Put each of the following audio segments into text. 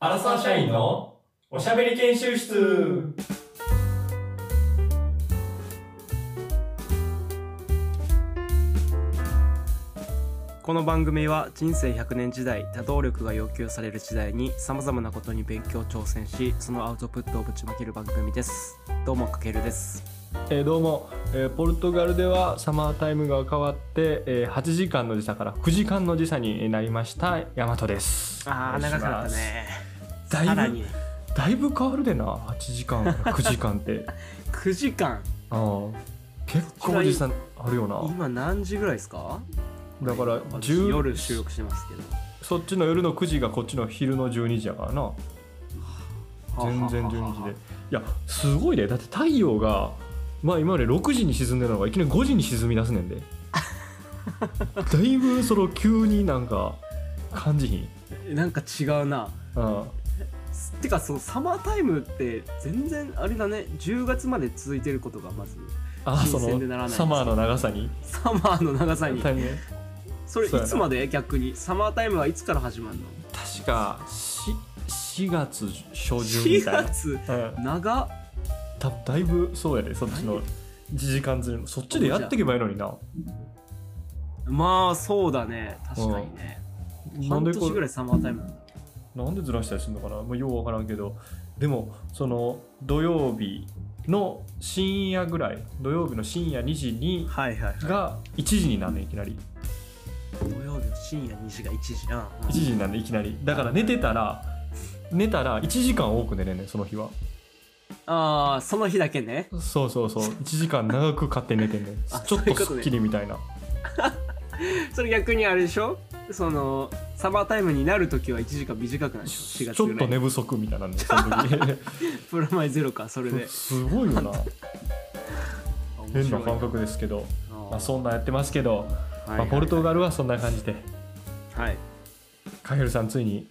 アラサー社員のおしゃべり研修室この番組は人生100年時代多動力が要求される時代にさまざまなことに勉強挑戦しそのアウトプットをぶちまける番組ですどうもかけるですえーどうも、えーポルトガルではサマータイムが変わって、えー8時間の時差から9時間の時差になりましたヤマトですあーお願い長しくなっまたすねださらいぶにだいぶ変わるでな8時間から9時間って 9時間あー結構時差あるよな今何時ぐらいですかだから私10夜収録してますけどそっちの夜の9時がこっちの昼の12時やからな全然12時でいやすごいねだって太陽がまあ今まで6時に沈んでたのがいきなり5時に沈み出す ねんでだいぶその急になんか感じひんでなんか違うなあてかそのサマータイムって全然あれだね10月まで続いてることがまずあそ新鮮でならないのサマーの長さにサマーの長さに大変それいそうやなつまで逆にサマータイムはいつから始まるの確かし4月初旬み4たいな、月うん、長っただいぶそうやで、そっちの時間ずれもそっちでやっていけばいいのになまあそうだね確かにねなん半でこ年ぐらいサマータイムなんだなんでずらしたりするのかなもうようわからんけどでもその土曜日の深夜ぐらい土曜日の深夜2時にはいはいが1時になんねんいきなり土曜日の深夜2時が1時な、 1時になんねんいきなりだから寝てたら寝たら1時間多く寝れんねんその日はああその日だけねそうそうそう1時間長く勝手に寝てんねんあちょっそういとうことすねっきりみたいなそれ逆にあれでしょそのサマータイムになる時は1時間短くないでしょ4ちょっ月ぐとらい寝不足みたいなんでその時 プラマイゼロかそれですごいよな面変白ない感覚ですけど、あまあ、あそんなんやってますけど、はいまあ、ポルトルガルはそんな感じで。はいカヘルさんついに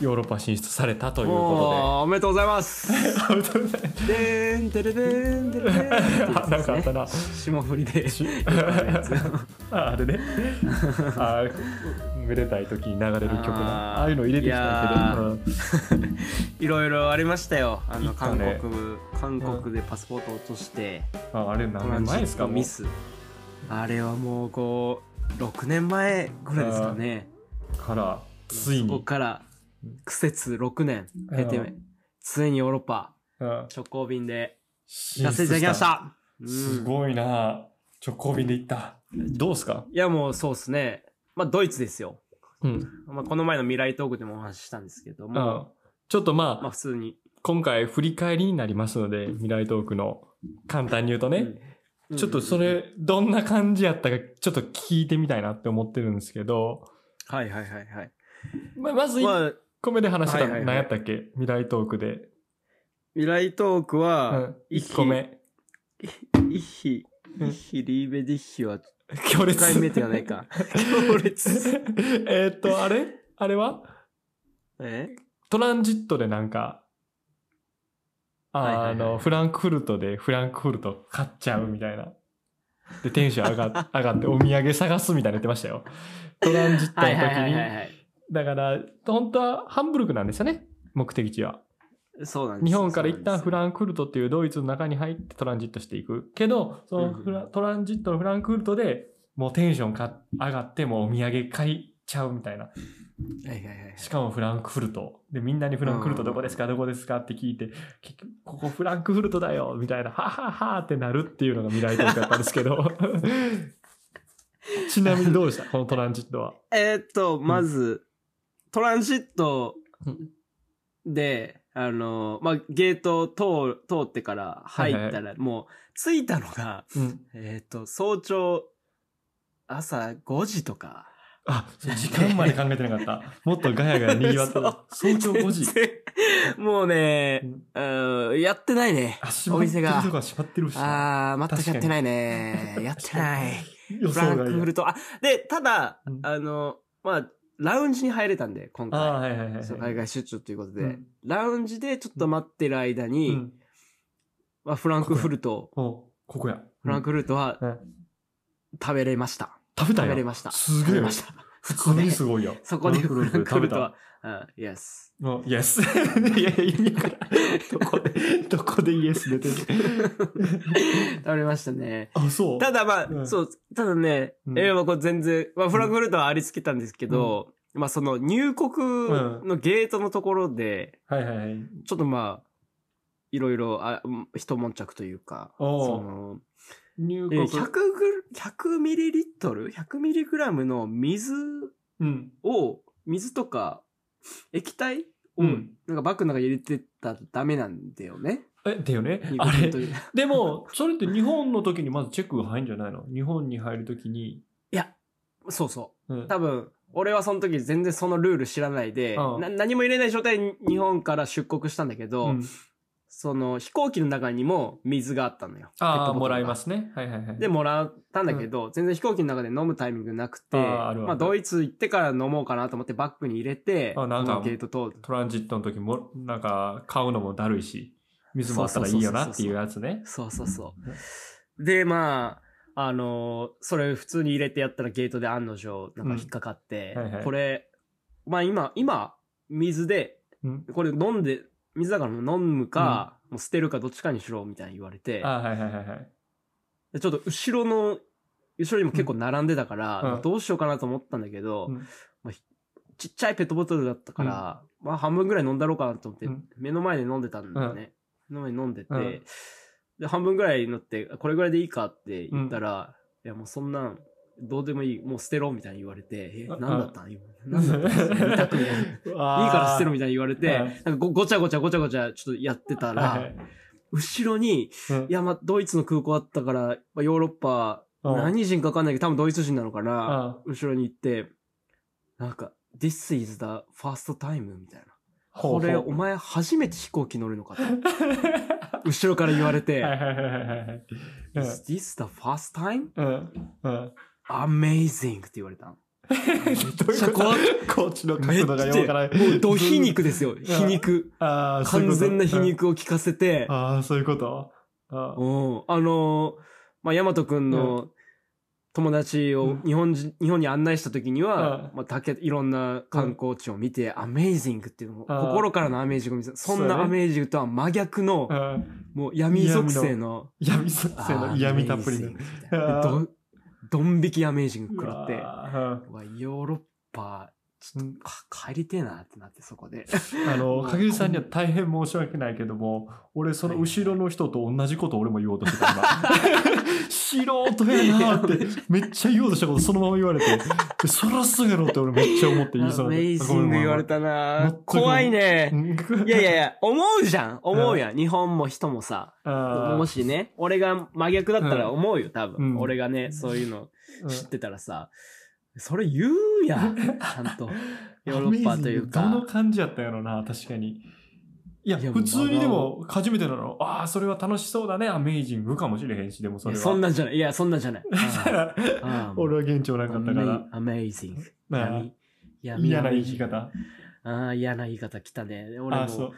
ヨーロッパ進出されたというこおーおめでとうございます とで。危 ないでーんてれでーんてれでーんってやつですね なんかあったな。 霜降りでし やつああれね。あーめでたい時に流れる曲な。あーああいうの入れてきたけどうん。いろいろありましたよ。あの行った韓ね国、韓国でパスポート落として、ああれ何トラ年ンジ前ですッかトもうミス。あれはもうこう6年前ぐらいですかね。からついそこに。から苦節6年経て、うんついにヨーロッパうん直行便で進出せていただきまし。た。うんすごいな。直行便で行った。どうですか。いやもうそうですね。まあドイツですよ。うん。まあこの前の未来トークでもお話ししたんですけどうも、ん。ちょっとまあ、まあ普通に。今回振り返りになりますので未来トークの簡単に言うとね。うんちょっとそ。うんうんうんれ、どんな感じやったか、ちょっと聞いてみたいなって思ってるんですけど、はいはいはいはい。ままず1まあ個目で話してたはいはいはい何やったっけ未来トークで。未来トークうはん、1個目。イッヒ、イうんッヒリーベディッヒは強1烈。回目ではないか。強烈。 えーっと、あれあれはえトランジットでなんか、はいはいはいあの、フランクフルトでフランクフルト買っちゃうみたいな。で、テンション上 が上がってお土産探すみたいな言ってましたよ。トランジットのは時いはいはいはいに。はい。だから、本当はハンブルクなんですよね。目的地は。そうなんです日本から一旦フンランクフルトっていうドイツの中に入ってトランジットしていくけどそのフラトランジットのフランクフルトでもうテンションか上がってもうお土産買いちゃうみたいなス。はいはいはい。しかもフランクフルトでみんなにフランクフルトどこですかどこですかって聞いて結局ここフランクフルトだよみたいなはははってなるっていうのが未来トークだったんですけ どちなみにどうでしたこのトランジットはえーっと、まず、トランジットうんで、あの、まあ、ゲートを通通ってから入ったら、はいはもう着いたのが、うんえーっと、早朝、朝5時とか。あそう時間まで考えてなか ったもっとガヤガヤにぎわってた早朝5時全然 もうね、うん、やってないね。あ、閉おまって店るがとか閉まってるしな。ああ、全くやってないね。やってない。 予フ想ラン外クやフルト。あ、で、ただうん、あの、まあ、ラウンジに入れたんで、今ああ、回。はいはいはいはい。そう海外出張ということで、うんラウンジでちょっと待ってる間うに、ん。まあ、フランクフルト、おここや。フランクフルトはうんうん食べれました。食べた食よ。べれました。す食げべえま。した。 普通にすごいよ。そこでフフラランクンフクフルルト食べトはた。うん、Yes。もうイエスいや いや意味わからんどこ でどこでイエス出てる食べましたね。あそうただまあ、うんそう、ただね、うんえーまあこれ全然、まあ、フランクフルトはありつけたんですけど、まあその入国のゲートのところで、はいはいはいちょっとまあ、いろいろ、あ、うん一悶着というか、おうその、入え国、ー100グル、100ミリリットル ?100 ミリグラムの水うんを、水とか、液体を、うんなんかバッグの中に入れてたらダメなんだよね。えだよね入あ国れといういでもそれって日本の時にまずチェックが入るんじゃないの日本に入る時に、や、そうそう。うん、多分俺はその時全然そのルール知らないで、うんな何も入れない状態に日本から出国したんだけうど、んその飛行機の中にも水があったのよああもらいますすねはいはいはいでもらったんだけど、全然飛行機の中で飲むタイミングなくてあーあるあるまあ、ドイツ行ってから飲もうかなと思ってバッグに入れてあなんかそのゲート通るトランジットの時もなんか買うのもだるいし水もあったらいいよなっていうやつねそうそうそうでまああのーそれ普通に入れてやったらゲートで案の定なんか引っかかって、うんはいはいこれまあ今今水でうんこれ飲んで、水だから飲むか、もう捨てるかどっちかにしろ、みたいに言われて、あはいはいはいはいでちょっと後ろの、後ろにも結構並んでたから、うんうんどうしようかなと思ったんだけど、うんまあひちっちゃいペットボトルだったから、まあ半分ぐらい飲んだろうかなと思って、うん目の前で飲んでたんだよね。目の前に飲んでて、うんで、半分ぐらい乗って、これぐらいでいいかって言ったら、いやもうそんなん、どうでもいい、もう捨てろみたいに言われて、え、あなんだったん今。なんだった ん二択みたいな。いいから捨てろみたいに言われて、あなんかごごちゃごちゃごちゃごちゃちょっとやってたら、はいはい後ろに、うんいや、まあ、ドイツの空港あったから、まあ、ヨーロッパ、うん何人かわかんないけど、多分ドイツ人なのかな、あ後ろに行って、なんか、This is the first time みたいな。ほうほこう れ、お前初めて飛行機乗るのかと。後ろから言われて、はいはいはいはいはい。 Is this the first time? うん。うん。うん。 Amazing! って言われたの。 どういうそこことコーチの角度がよくわからない。もう、ど皮。肉ですよ、皮肉。ああ、そういう完こと全な皮。肉を聞かせてうん、ああ、そういうこと。あーうん。あのーまあ、ヤマトくんの友達うをん日本人、日本に案内した時にうは、まあ、たけ、いろんな観光地を見て、アメイジングっていうのも、あー心からのアメージングを見せた。そんそうだなねアメージングとは真逆のう、ん。もう闇属性の、闇属性あのー嫌味たっぷりアメのイジ。ングみたいなあーでど、どん引きアメージング食らって、あうわヨーロッパ、ちょっと、か帰りてえなってなって、そこで。の、影さんには大変申し訳ないけども、俺、その後ろの人と同じこと俺も言おうとしてた今。 素人やなーって、めっちゃ言おうとしたことそのまま言われて、でそらそうやろって俺めっちゃ思って言い アそうメイジング言われたな全く怖いね。いやいやや、いや、思うじゃん。思うやん。日本も人もさ。 あもしね、俺が真逆だったら思うよ、多分。うん俺がね、そういうのー知ってたらさ。それ言うやん。ちゃんと。ヨーロッパとアメーいうジングどかの。感じやったんやろな、確かに。いや、いや普通にでも、初めてなの、ああ、それは楽しそうだね、アメイジングかもしれへんし、でもそいれやは。そんなんじゃない。いや、そんなん じゃない。ああ俺は現地おらんかったから。アメイジング。ねいや嫌な言い。方。ああ、嫌な言い方来たね。あ俺あ、そうも。。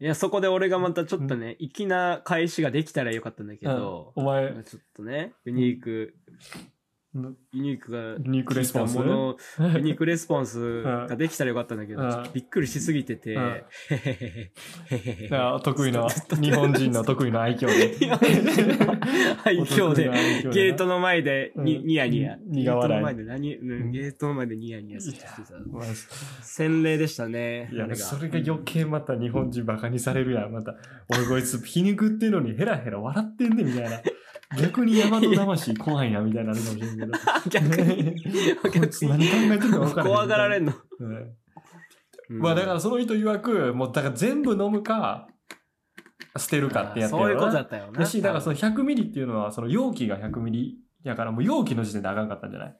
いや、そこで俺がまたちょっとね、粋な返しができたらよかったんだけど、うんおち前、ょっとね、ユニーク、ユニークがユニークレスポンス聞いたものユニークレスポンスができたらよかったんだけど、うんちょっとびっくりしすぎて て、うんへへへへへへへ。あー得意な、日本人の得意な愛嬌で。 日本 人の愛嬌でお得意な愛嬌でなゲートの前でに、うんニヤニヤ。苦笑いゲートの前で何、うん、ゲートの前でニヤニヤしてた。まあ洗礼でしたね。いやあ、れがそれが余計また日本人バカにされるやん、また。俺こいつ皮肉っていうのにヘラヘラ笑ってんねみたい な。逆に大和魂怖いな、みたいになるかもしれんけど。逆に、こいつ逆何に考えてんのか分からへん怖がられんの。うんうんまあだからその人曰く、もうだから全部飲むか、捨てるかってやつやそういうろことだな。ったよな。だし、だからその100ミリっていうのは、その容器が100ミリやから、もう容器の時点であかんかったんじゃない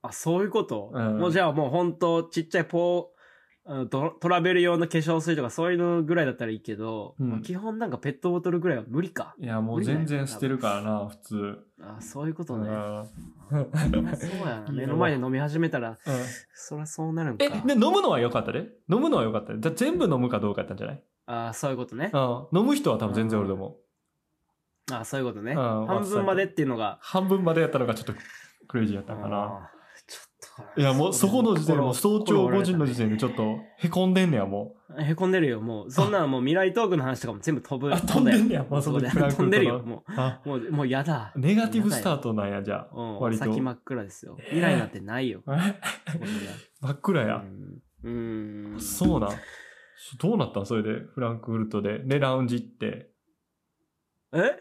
あ、そういうこと、うんもうじゃあもう本当ちっちゃいポーあのトラ、トラベル用の化粧水とかそういうのぐらいだったらいいけど、うんまあ基本なんかペットボトルぐらいは無理か。いや、もう全然捨てるからな、普通。あ、そういうことうね。 んまあそうやな。いいよ目の前で飲み始めたら、うんそりゃそうなるんかえ、。で、飲むのは良かったで飲むのは良かったで。じゃあ全部飲むかどうかやったんじゃないあ、そういうことね。うん。飲む人は多分全然俺でも。あ、そういうことね。うん半分までっていうのが。半分までやったのがちょっとクレイジーやったあんかな。ーちょっいやもうそこの時点でもう早朝心5時の時点でちょっとへこんでんねやもへこんでるよ、もう。そんなんもう未来トークの話とかも全部飛ぶ。う。あ飛んでんねやもうそそうのだフランクフルトの飛んでるよ、もあう。もう、もうやだ。ネガティブスタートなんやじゃあうん、割と。先真っ暗ですよ。未来なんてな いよ。えそこには真っ暗や。うん。うんそうなん。どうなったんそれでフランクフルトで。でラウンジ行ってえ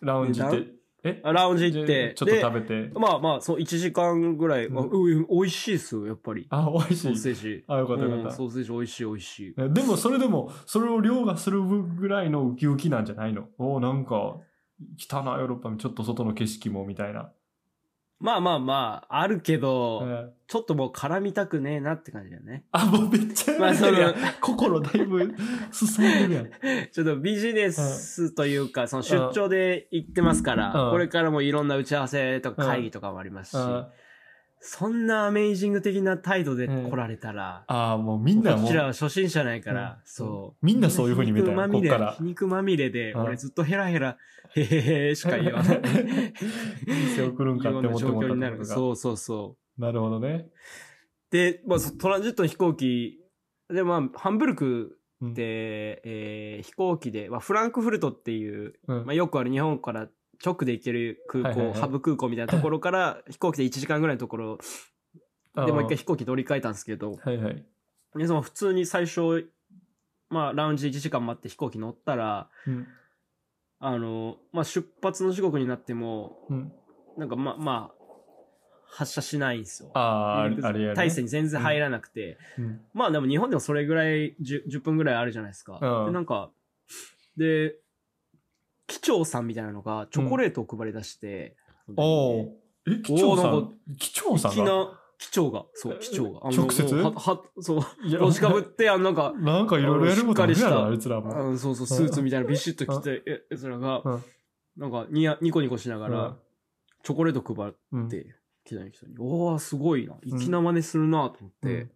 ラウンジ行っでてえあラウンジ行ってで。ちょっと食べてで。まあまあ、そう、1時間ぐらい。まあうんうん、美味しいですよ、やっぱり。あ美味ソーしい。セージ。あよかったようかんったソ。ーセージ美味しい、美味しい。ねでもそれでもそれを凌駕するぐらいのウキウキなんじゃないのおーなんか汚いヨーロッパのちょっと外の景色もみたいな、まあまあまあ、あるけえど、ーちょっともう絡みたくねえなって感じだよね。 あもうめっちゃまやあってるやん、そ心だいぶ進んで るやんちょっとビジネスというか、その出張で行ってますかうらん、これからもいろんな打ち合わせとか会議とかもありますし、あそんなアメイジング的な態度で来られたら、あーもうみんなこもちらはう初心者ないかうんら、そう。みんなそういうふうに見た皮肉まよ こみっれから皮肉まみれで、うん俺ずっとヘラヘラ、へへへしか言わ ない。店送るんかって思ってもらような状況になったるとかそうそうそう。なるほどね、で、まあ、そトランジットの飛行機、で、まあ、ハンブルクうんで、えー飛行機で、まあ、フランクフルトっていう、うんまあ、よくある日本から直で行ける空港、はいはいはいハブ空港みたいなところから、飛行機で1時間ぐらいのところあでーもう一回飛行機乗り換えたんですけど、はいはい、でその普通に最初、まあ、ラウンジで1時間待って飛行機乗ったら、うんあの、まあ、出発の時刻になっても、うん、なんかまあ、まあ、発車しないんですよ。あーああれやね体制に全然入らなくて、うんまあでも日本でもそれぐらい 10, 10分ぐらいあるじゃないですか。うんでなんか、で、機長さんみたいなのがチョコレートを配り出して、おーえ機長さおーなんん機長さん粋がな機長が、そう、機長が。あの直接もうははそう、いやロジかぶって、あのなんか、なんかいろいろやることあるやろ、あいつらあも。のそうそう、スーツみたいなビシッと着て、え、えそれがうん、なんかニヤ、ニコニコしながら、チョコレート配っうん、て、機内の人に、おー、すごいな、粋な真似するなと思って、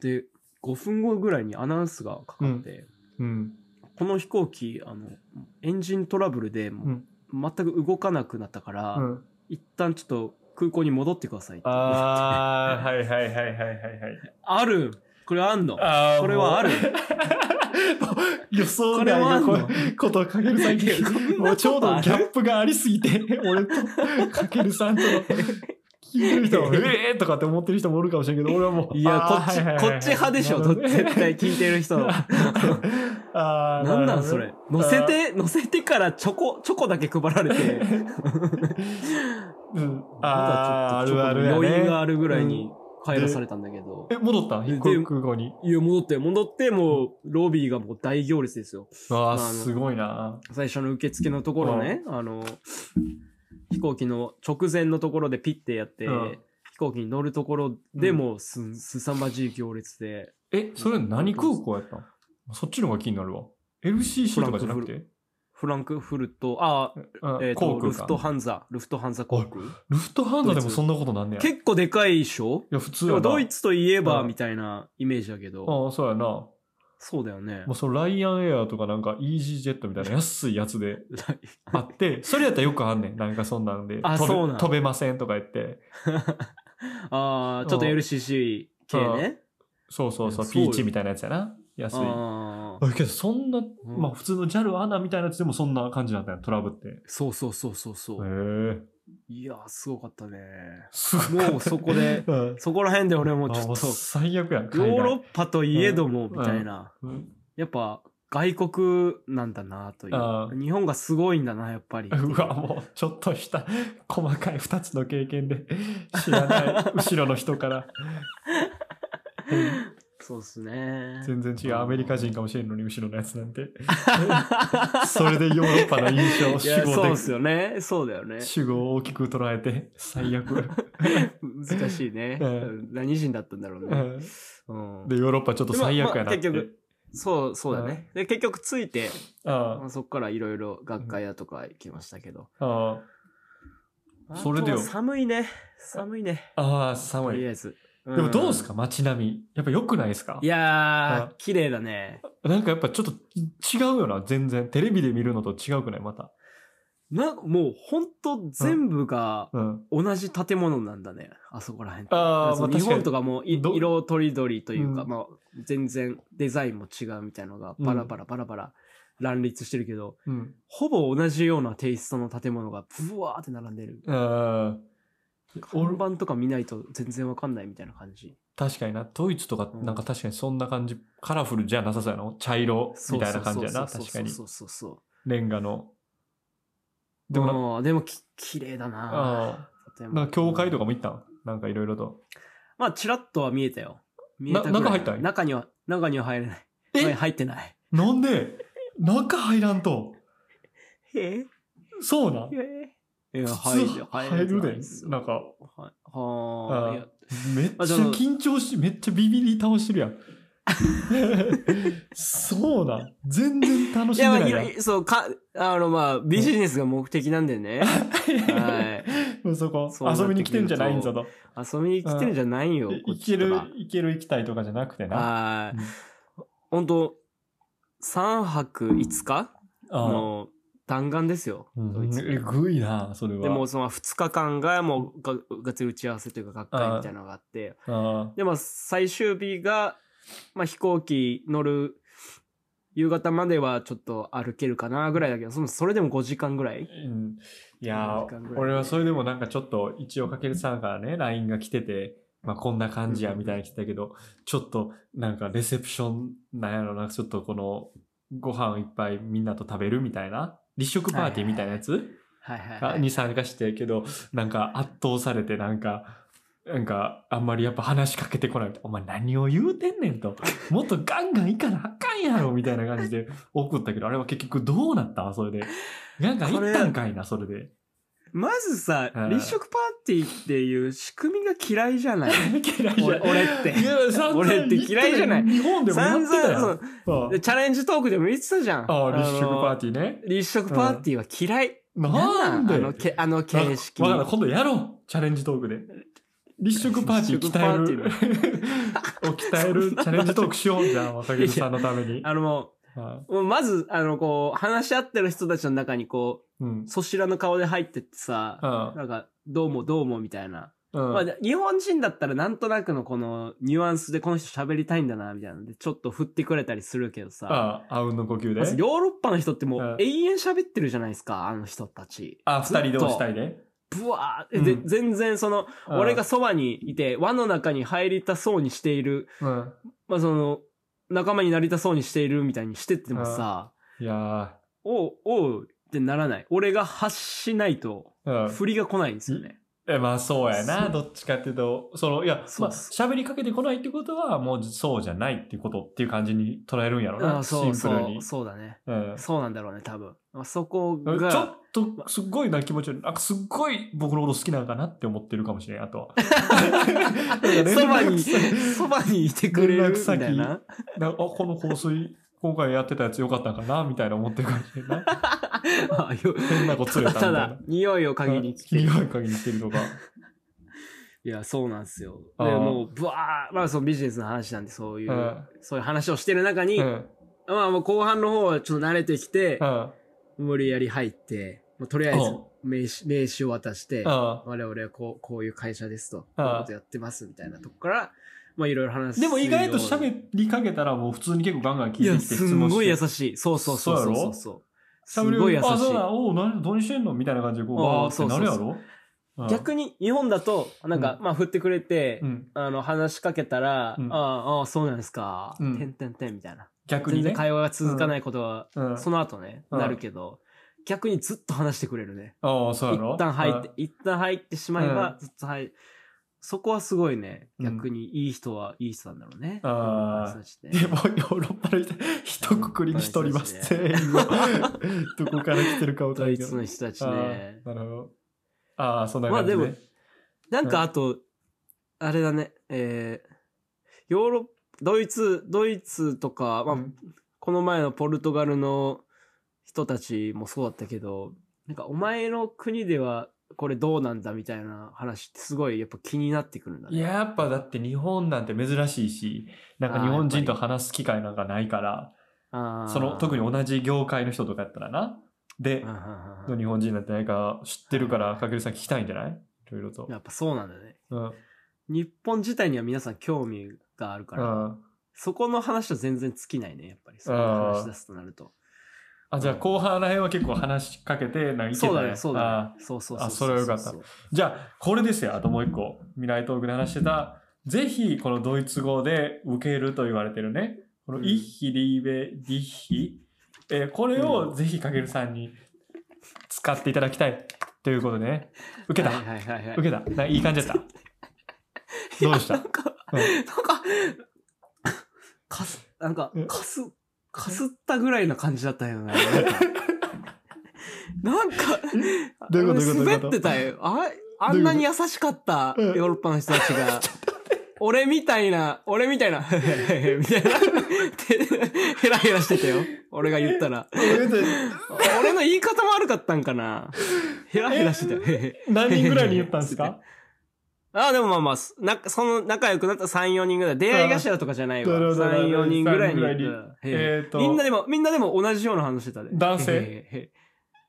で、5分後ぐらいにアナウンスがかかって、うん。この飛行機あのエンジントラブルでもう全く動かなくなったから、うん。一旦ちょっと空港に戻ってくださいってあー、はいはいはいはいはいはい。あるこれあんのあーこれはある。もう予想これ外はあのんのこことかけるさんいやこん なことあるもうちょうどギャップがありすぎ て、俺とかけるさんとの。聞いてる人も、えーとかって思ってる人もおるかもしれんけど、俺はもう、いやこあーっち、はいはいはいこっち派でしょなるほどね絶対聞いてる人 あーなんるほどなんねそれ乗せて乗せてからチョコチョコだけ配 られてうんあー、まだあちょっるとあるやね。余韻があるぐらいに帰らされたんだけど、え、戻ったで空港に。いや戻って戻ってもうロビーがもう大行列ですよわあ、まああのすごいな。最初の受付のところね、あの飛行機の直前のところでピッてやって、うん飛行機に乗るところでもす、すさまじい行列でえ、それ何空港やったんそっちの方が気になるわ。LCC とかじゃなくてフランクフルトあ、うんえー、航とル空フか。トハンザルフトハンザ航空ルフトハンザでもそんなことなんねや。い結構でかいでしょや、普通でやな。もドイツといえばうんみたいなイメージだけど、ああ、そうやな。もそうだよねうそのライアンエアとかなんかイージージェットみたいな安いやつで あって、それやったらよくあんねん。なんかそんなんで。あ飛べそうなん飛べませんとか言って。あーちょっと LCC 系ねそうそうそう、そうピよーチみたいなやつやな。安い。ああーけどそんな、んまあ普通の JAL アナみたいなやつでもそんな感じなんだよ、トラブって。へそうそうそうそうそう、え。いやーすごかったねすごい、もうそこでうんそこら辺で俺もちあょもうっと、最悪やん。海ヨ外ーロッパといえども、みたいな。うんやっぱ、外国なんだな、といああう。日本がすごいんだな、やっぱり。うわ、もうちょっとした細かい2つの経験で 知らない後ろの人 から そうっすね。全然違うアメリカ人かもしれんのに後ろのやつなんて それでヨーロッパの印象いや主そう語っすよね。そうだよねで。主語を大きく捉えて最悪難しい ねええ。何人だったんだろううね。んうんでヨーロッパちょっと最悪やなって、でもまあ結局そう、そうだね。で、結局ついて、あまあそっからいろいろ学会だとか行きましたけど。ああそれでよあとは寒いね。寒いね。あああと寒りいあえず。ででもどうですか街並みやっぱ良くないですかいやうー、綺麗だね。なんかやっぱちょっと違うよな全然テレビで見るのと違うくないまたな、もう本当全部がうん、同じ建物なんだね。あそこら辺って。あーそのまあ確日か本にとかもいど色とりどりというか、うんまあ全然デザインも違うみたいのがバラバラバラバラ乱立してるけど、うん、ほぼ同じようなテイストの建物がブワーって並んでる。あー看俺板とか見ないと全然わかんないみたいな感じ。確かになドイツとかうんなんか確かにそんな感じ、カラフルじゃなさそうやな茶色みたいな感じやなそう確そかうにそうそうそうそう。レンガのででもなもでもき綺麗だなあ建ー物なんか教会とかも行ったんなんかいろいろとまあ、ちらっとは見えたよ。見えたぐらい中入ったん中には、中には入れない。えはい入ってない。なんで中入らんとえそうなんえいや、入普る通よ。入るでななんかははああいーや。めっちゃまあその緊張してめっちゃビビり倒してるや んそうなん全然楽いしや、んまであないやんいろいろ、そう、か、あの、まあ、ビジネスが目的なん でね。はもうそこそうなってくると遊びに来てんじゃないんぞとい。遊びに来てるんじゃないよ。こっいちけとるかいける行きたいとかじゃなくてなはうんい。本当3泊5日あーの弾丸ですよ。ドうイんツえぐいなそれはでも、その2日間がもうが、がっつり打ち合わせというか、学会みたいなのがあって。あで、まあ、最終日が、まあ、飛行機乗る夕方まではちょっと歩けるかなぐらいだけど、そのそれでも5時間ぐらいー、うん、いや時間ぐらいーで俺はそれでもなんかちょっと一応かけるさんからね LINE が来てて、まあ、こんな感じやみたいに来てたけど、ちょっとなんかレセプションなんやろなちょっとこのご飯をいっぱいみんなと食べるみたいな立食パーティーみたいなやつ、はいはい、あはい。に参加してけどなんか圧倒されてなんかなんかあんまりやっぱ話しかけてこないお前何を言うてんねんともっとガンガンいかなあかんやろみたいな感じで 送ったけどあれは結局どうなったそれでガンガンいったんかいなそれでまずさう、ん立食パーティーっていう仕組みが嫌いじゃない 嫌いじゃ俺ん俺ってい。や散々俺って嫌いじゃない日本でもやっ散てた々やんそううんでチャレンジトークでも言ってたじゃん。ああ立食パーテティーねィー。立食パーティーは嫌い。なんであのけあの形式。わわからん今度やろうチャレンジトークで立食パーティー立食パーティ鍛えるを鍛えるチャレンジトークしようじゃあ若木さんのためにあのもはう、もうまず、あの、こう、話し合ってる人たちの中に、こいうんう、そしらの顔で入ってってさ、なんか、どうもどうもみたいな。うんまあ、日本人だったらなんとなくのこのニュアンスでこの人喋りたいんだな、みたいなので、ちょっと振ってくれたりするけどさ。あああうんの呼吸まずでヨーロッパの人ってもううん永遠喋ってるじゃないですか、あの人たち。あ二人同士体でブワーで、うん全然その、うん俺がそばにいて、輪の中に入りたそうにしている、うんまあその、仲間になりたそうにしているみたいにしてってもさ、いやおう、おうってならない。俺が発しないと、ーうん振りが来ないんですよね。えまあそうやそなうどっちかっていうとそのいやそまうあ喋りかけてこないってことはもうそうじゃないってことっていう感じに捉えるんやろあなあシそンうプそルにう、そうだね。うんそうなんだろうね、多分。まあそこちょがっ、とすっごいな気持ちよりなんかすっごい僕のこと好きなのかなって思ってるかもしれんあ とはなんか連絡 そばに、先そばにいてくれる連絡みた先いな。 なんかあこの香水今回やってたやつよかったんかなみたいな思ってるかもしれんない あよ変な子た釣れだたみたたいだな、匂いを嗅ぎに来て。匂い嗅ぎに来てるとかいや、そうなんですよ。あで、ーもう、ぶわー、まあ、そのビジネスの話なんで、 そういう、うんそういう話をしてる中に、うんまあ、もう後半の方はちょっと慣れてきて、うん無理やり入って、もうとりあえずうん名刺、名刺を渡して、うん我々はこう、こういう会社ですと、こあうーいうことやってますみたいなとこから、まあ、いろいろ話すでも意外とように喋りかけたらもう普通に結構ガンガン聞いいや、てきてすんごい優いしい。そうそうそうそうそやうそうろそう。す喋るごい優しい。あそうだおう何どうしてんのみたいな感じでこうあーわーってなるやそろうん逆に日本だと、なんか、うまあ振ってくれて、うんあの、話しかけたら、うんああ、ああ、そうなんですか。うんてんてんてんみたいな。逆全にね然会話が続かないことは、うんその後ね、うんなるけど、逆にずっと話してくれるね。ああそうやろ一旦入って、一旦入ってしまえば、ずっと入そこはすごいね、うん逆にいい人はいい人なんだろうね。あーそういう人たちっでてもヨーロッパの人、一括りにしとります全員を。どこから来てるかをドイツの人たちね。あーなるほど。ああ、そんなまあ感じね。でもなんかあと、あれだね、えー、ヨーロッドイツ、ドイツとか、まあ、うんこの前のポルトガルの人たちもそうだったけど、なんかお前の国ではこれどうなんだみたいな話ってすごいやっぱ気になってくるんだいね。ややっぱだって日本なんて珍しいし、なんか日本人と話す機会なんかないから、あーその特に同じ業界の人とかやったらな、でうんうんうんの日本人なんてないか知ってるからかけるさん聞きたいんじゃないいろいろとやっぱそうなんだね。うんうん日本自体には皆さん興味があるから、そこの話は全然尽きないね、やっぱり。そういう話出すとなると。あじゃあ後半らへんは結構話しかけてなんかいけたそねうだね、そうだあね。そうそうそうう。あそれはよかったじゃあこれですよあともう一個未来トークで話してたぜひこのドイツ語で受けると言われてるねこうのんイッヒリーベディッヒ、えーこれをぜひかけるさんに使っていただきたいということでね受けた、はいはいはいはい。受けたなんかいい感じだ ったどうしたなんか、うんなんか、かす、なんかうん、かす、かすったぐらいな感じだったよね。なんか、 どういうことどういうこと滑ってたよ。あ、あんなに優しかったどうヨいうことうんーロッパの人たち が。俺みたいな、俺みたいな、 へへへへみたいな、ってヘラヘラしてたよ。俺が言ったら。俺の言い方も悪かったんかな。ヘラヘラしてたよ。へへへ何人ぐらいに言ったんですつってかああ、でもまあまあ、すなんかその仲良くなった3、4人ぐらい。出会い頭とかじゃないわ。あーなるほどなる3、ほど4人ぐらいに。三人ぐらへええっとみんなでも、みんなでも同じような話してたで。男性へえへえ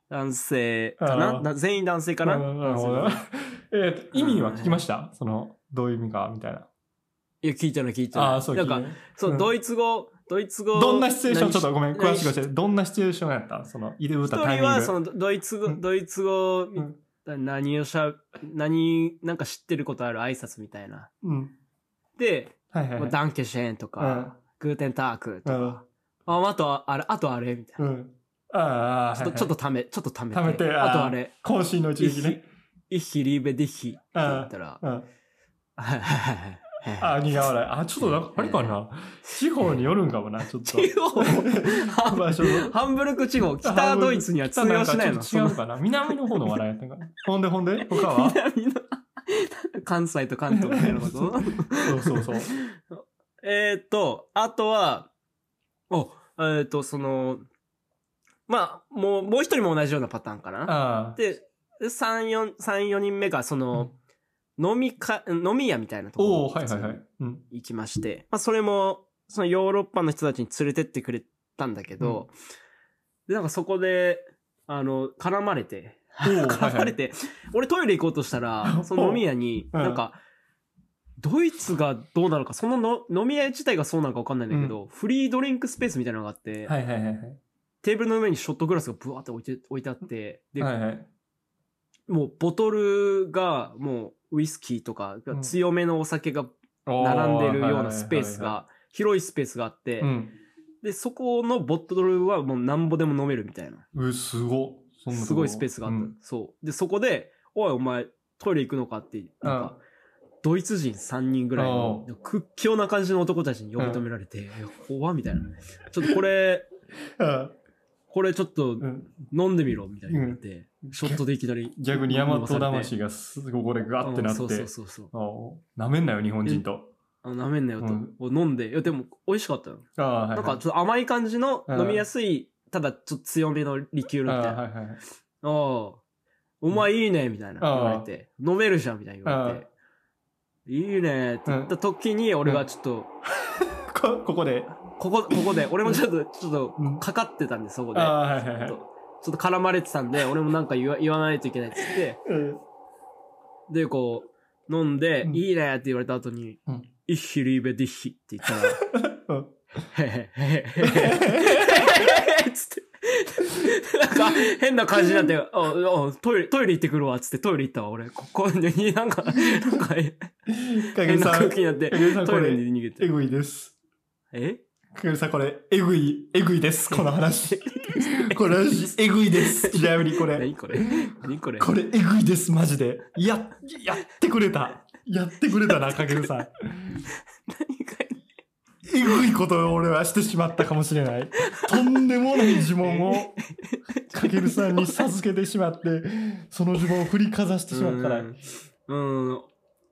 男性かあなーな全員男性かなうんなるほど男性なえーと意味は聞きましたそのどういう意味かみたいないや、聞いたの聞いたの。ああーそうな聞んいかて、ねそう、うんドイツ語、ドイツ語。どんなシチュエーションちょっ何とごめん何詳しく教えてどんなシチュエーションやったその入れ一歌タイミン人は、グその、ドドイツ語、うんドイツ語、うん何をしゃ、何、なんか知ってることある挨拶みたいな。うんで、はいはいまはあいダンケシェーンとか、グーテンタークとうか、んあ、あとあれ、あとあれみたいな。うんああちょっと、ちょっとため、ちょっとためて。ためてあとあれ、渾身の一撃 ねイッヒリーベディヒって言ったら、うんはいはいはいはいあー苦笑いあちょっとなんかあれかな地方によるんかもなちょっと 地方ハ ン場所ハンブルク地方、北ドイツには通用しな北いの。んかちょっと違うかな南の方の笑いやったんか なほんでほんで他は南の関西と関東みたいなことそうそうそうえーっと、あとは、お、えーっと、その、まあ、もう、もう一人も同じようなパターンかな。あ あで、3、4、三四人目が、その、飲みか、飲み屋みたいなところおおにはいはいはいうん行きまして、まあ、それも、そのヨーロッパの人たちに連れてってくれたんだけど、で、なんかそこで、あの、絡まれて、おー はい絡はまいれて、俺トイレ行こうとした ら、その飲み屋に、うんなんか、ドイツがどうなのか、そのの飲み屋自体がそうなのかわかんないんだけど、フリードリンクスペースみたいなのがあって、はいはいはいはいテーブルの上にショットグラスがブワーって置いて、置いてあって、で、はいはいもうボトルがもうウイスキーとかうん強めのお酒がおー並んでるようなスペースが広いスペースがあってうんでそこのボトルはもうなんぼでも飲めるみたいなうすごそんなとこすごいスペースがあっうた、んそうでそこで「おいお前トイレ行くのか?」ってなんかドイツ人3人ぐらいの屈強な感じの男たちに呼び止められて「怖っ」みたいな「ちょっとこれうんこれちょっうとん飲んでみろ」みたいに言われて、ショットでいきなり逆に大和魂がすここでガッてなっうんそうそうてそうそうなめんなよ日本人とあなめんなよと、うんを飲んでいやでも美味しかったよ、ああはいなはいんかちょっと甘い感じのうん飲みやすい、ただちょっと強めのリキュールみあたいあな「あはいはいはいあお前いいね」みたいな言われて「飲めるじゃん」みたいな言われて「いいね」って言った時に俺がちょっと、こここでここここで俺もちょっとちょっとうんかかってたんでそこでああはいはいはいちょっとちょっと絡まれてたんで俺もなんか言わ言わないといけないっつってうんでこう飲んでう「んいいね」って言われた後にうん「イッヒリーベディッヒ」って言ったらうんへへへへへへつって。なんか、変な感じになって、ああトイレ、トイレ行ってくるわ、つってトイレ行ったわ、俺。ここに、なんか、なんか、影変なさ空ん気になって、影さんこトイレれに逃げて。えぐいですえ影さんこれえぐいえぐい ですこの話これえぐいですちなみにこれ何これ何これこれえぐいですマジでややってくれたやってくれたな影さん何かえぐいことを俺はしてしまったかもしれない。とんでもない呪文をかけるさんに授けてしまって、その呪文を振りかざしてしまったら。うん。うん。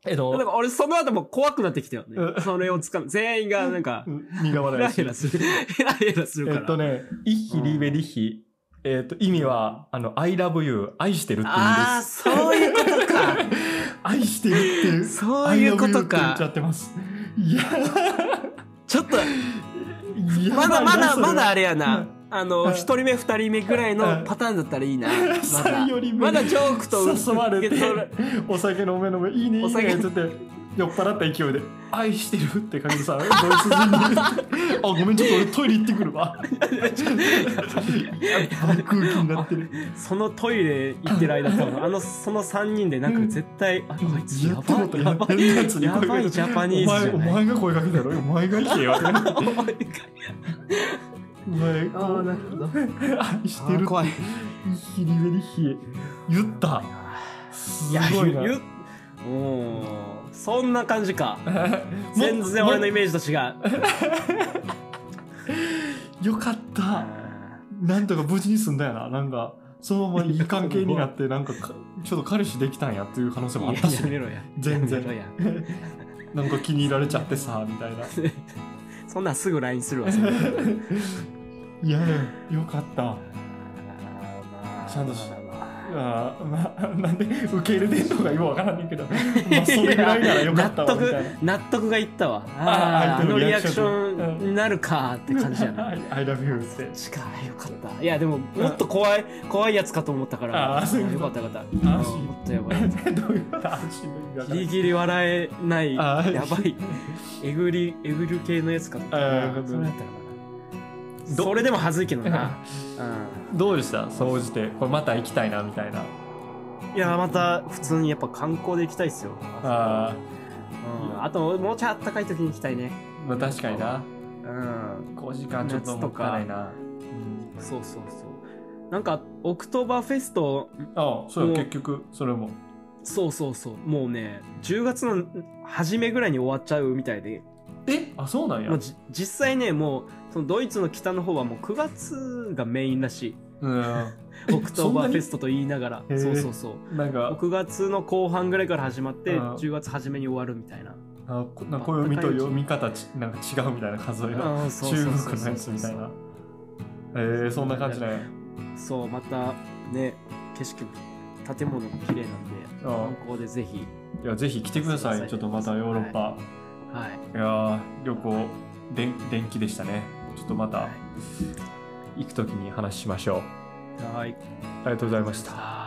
えっなんと、か俺、その後も怖くなってきたよねう。んそれをつかむ。全員が、なんか、苦ヘ笑ラいしヘラする。ヘラヘラするえから。っとね、イヒリベリヒ。えっと、意味は、あの、I love you, 愛してるって意あ味あ、です。そういうことか。 愛してるっていう。そういうこと I love you って言っちゃか。ってます。いや、ちょっと、いやまだまだそれまだあれやな。あの、一人目二人目ぐらいのパターンだったらいいな。まだ三より、目まだジョークと誘われて受け取らお酒の目の目いいねいいおね酒っつって酔っ払った勢いで「愛してる」って感じさドイツ人 にあごめんちょっと俺トイレ行ってくるわやっぱ空気になってるそのトイレ行ってる間多分あのその3人でなんか絶対、あいつやばいやばいやつにや声ばかいけジャパおニーズ前じゃおない前が声かけたろお前が行けよお前あーなるほど愛あしてるー怖いヒリベリヒエ言ったすいやごいなゆうんそんな感じか全然も俺のイメージと違うよかったなんとか無事に済んだよな。なんか、そのままいい関係にな って、なんかか、ちょっと彼氏できたんやっていう可能性もあったしや、めろや全然やめろやなんか気に入られちゃってさ、みたいな。そんなんすぐ LINE するわそ んないや、よかった。ちゃんとしまあまああーまあ、なんで受け入れてんのかよくわからんね んけど、まあ、それぐらいならよかったわ、みたいな。納得がいったわああー相あ手ののリリアアククシショョンになるかって感じやな I love you って。 しかよかったいやでももっと怖い怖いやつかと思ったからあーそういうよこかとったよかった安うん心もっと やばいどういうこと安心の意味がわからギんリギリ笑えないあーやばいえぐりえぐる系のやつかと思ったあーそれやったのかなどそれでも恥ずいけどな、 どうでした総じて。これまた行きたいな、みたいな。うん、いやまた普通にやっぱ観光で行きたいっすよあうん、あともうちょいあったかい時に行きたいねーまあ、確かにな。うん5時間ちょっともったいないな。うんそうそうそうなんかオクトーバーフェストああそうよもう結局それもそうそうそうもうね10月の初めぐらいに終わっちゃうみたいでえあそうなんやもうじ実際ねもうそのドイツの北の方はもう9月がメインらしうんいオクトーバーフェトストと言いながらへーそうそうそうなんか6月の後半ぐらいから始まってうん10月初めに終わるみたいなあこなんか暦と読み方ちなんか違うみたいな数えがあーそう中そうそ国うのそやうつそうみたいなえー、そんな感じなんやそうまたね景色も建物も綺麗なんであー観光でぜひいやぜひ来てくださそういそうちょっとまたヨーロッパ、はいい、やー旅行でん電気でしたねちょっとまた行くときに話しましょうはいありがとうございましたはい